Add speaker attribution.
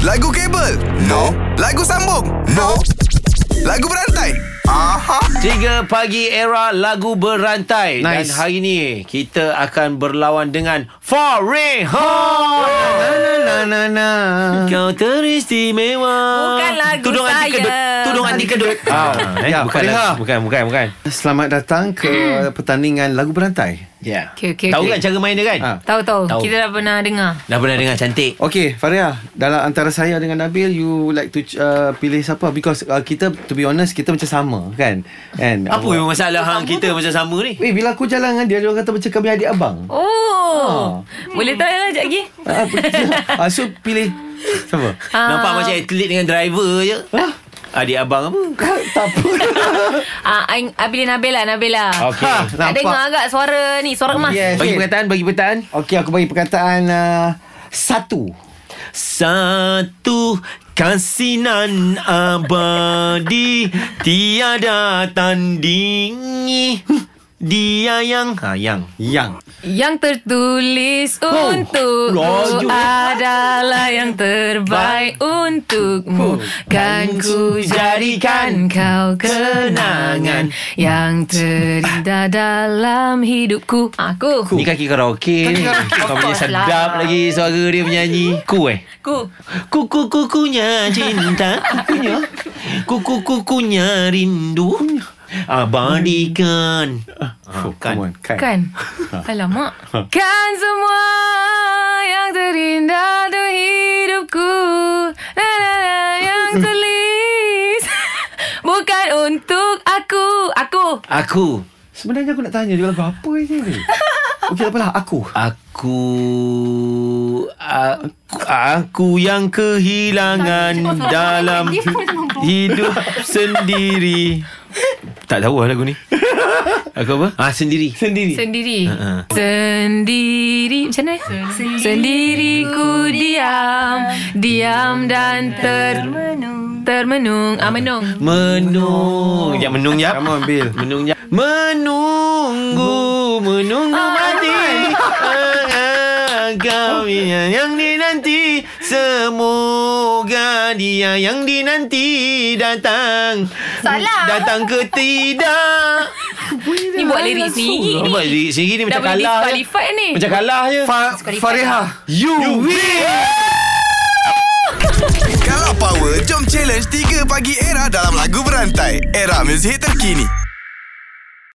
Speaker 1: Lagu kabel? No. Lagu sambung? No. Lagu berantai? Aha.
Speaker 2: 3 pagi era lagu berantai Dan
Speaker 3: Nice.
Speaker 2: hari ni Kita akan berlawan dengan Foreign
Speaker 3: Na na na na.
Speaker 2: Kau teristimewa
Speaker 4: Bukan lagu
Speaker 2: Tudung anti
Speaker 4: saya.
Speaker 2: kedut Tudung anti kedut ah, eh,
Speaker 3: Ya,
Speaker 2: bukan,
Speaker 3: Fariha.
Speaker 2: bukan bukan bukan
Speaker 3: Selamat datang ke pertandingan lagu berantai.
Speaker 2: Ya
Speaker 4: Okey, okey,
Speaker 2: Tahu
Speaker 4: okey.
Speaker 2: kan cara main dia kan
Speaker 3: Ha.
Speaker 4: Tahu tahu.
Speaker 2: Tahu.
Speaker 4: Kita dah pernah dengar.
Speaker 2: Dah pernah dengar cantik
Speaker 3: Okay, Faria, dalam antara saya dengan Nabil, you like to uh, pilih siapa? Because uh, kita, to be honest, kita macam sama, kan? And
Speaker 2: Apa yang masalah hang kita macam sama ni
Speaker 3: Weh, bila aku jalan dengan dia, dia orang kata macam kami adik abang.
Speaker 4: Oh. Boleh try lah sekejap lagi.
Speaker 3: Ah, ah, so pilih siapa?
Speaker 4: Ah.
Speaker 2: Nampak macam atlet dengan driver je Adik abang apa
Speaker 3: Ah, tak apa.
Speaker 4: Ah, I, I pilih Nabila, Nabila. Ha,
Speaker 2: Okey
Speaker 3: Ah,
Speaker 4: Nak dengar agak suara ni, suara emas.
Speaker 3: Yes.
Speaker 2: Bagi perkataan Bagi perkataan
Speaker 3: Okey, aku bagi perkataan uh, satu.
Speaker 2: Satu kasinan abadi Tiada tandingi Dia yang Ha yang
Speaker 3: Yang.
Speaker 4: Yang tertulis oh. eh. untuk
Speaker 2: laju.
Speaker 4: adalah yang terbaik untukmu. Kan ku jadikan kau kenangan yang terindah dalam hidupku. Ah, Aku.
Speaker 2: Ni kaki karaoke ni Kau punya
Speaker 4: course
Speaker 2: sedap
Speaker 4: lah.
Speaker 2: lagi Suara dia menyanyi Ku eh
Speaker 4: Aku.
Speaker 2: Kuku-kukunya cinta Kukunya Kuku-kukunya rindu Abadikan
Speaker 3: Oh,
Speaker 2: kan.
Speaker 3: come on, kan.
Speaker 4: Kan Alamak Kan semua Yang terindah Tu hidupku na, na, na, Yang tulis Bukan untuk aku Aku
Speaker 2: Aku
Speaker 3: Sebenarnya aku nak tanya dia lagu apa je ni? Okey, apalah aku.
Speaker 2: Aku Aku, aku yang kehilangan dalam hidup sendiri. Tak tahu lah lagu ni. Aku apa? Ah sendiri.
Speaker 3: Sendiri.
Speaker 4: Sendiri
Speaker 2: Ha-ha.
Speaker 4: Sendiri Macam mana? Sendiri Sendiriku diam Diam dan ter Termenung ah, Menung
Speaker 2: Menung. Jap menung
Speaker 4: ya.
Speaker 2: jap.
Speaker 3: Come on, Bill.
Speaker 2: Menung jap. Menunggu, menunggu
Speaker 4: Ah,
Speaker 2: mati. Kau yang dinanti Semoga dia yang dinanti Datang
Speaker 4: Salah.
Speaker 2: Datang ke tidak
Speaker 4: Ni buat lirik sendiri
Speaker 2: Nampak lirik sendiri ni
Speaker 4: Dah
Speaker 2: macam kalah je
Speaker 4: boleh disqualified ni
Speaker 2: Macam kalah je
Speaker 3: Fa- Fariha.
Speaker 2: You, win
Speaker 1: Kalau power, jom challenge 3 pagi era dalam lagu berantai. Era muzik terkini.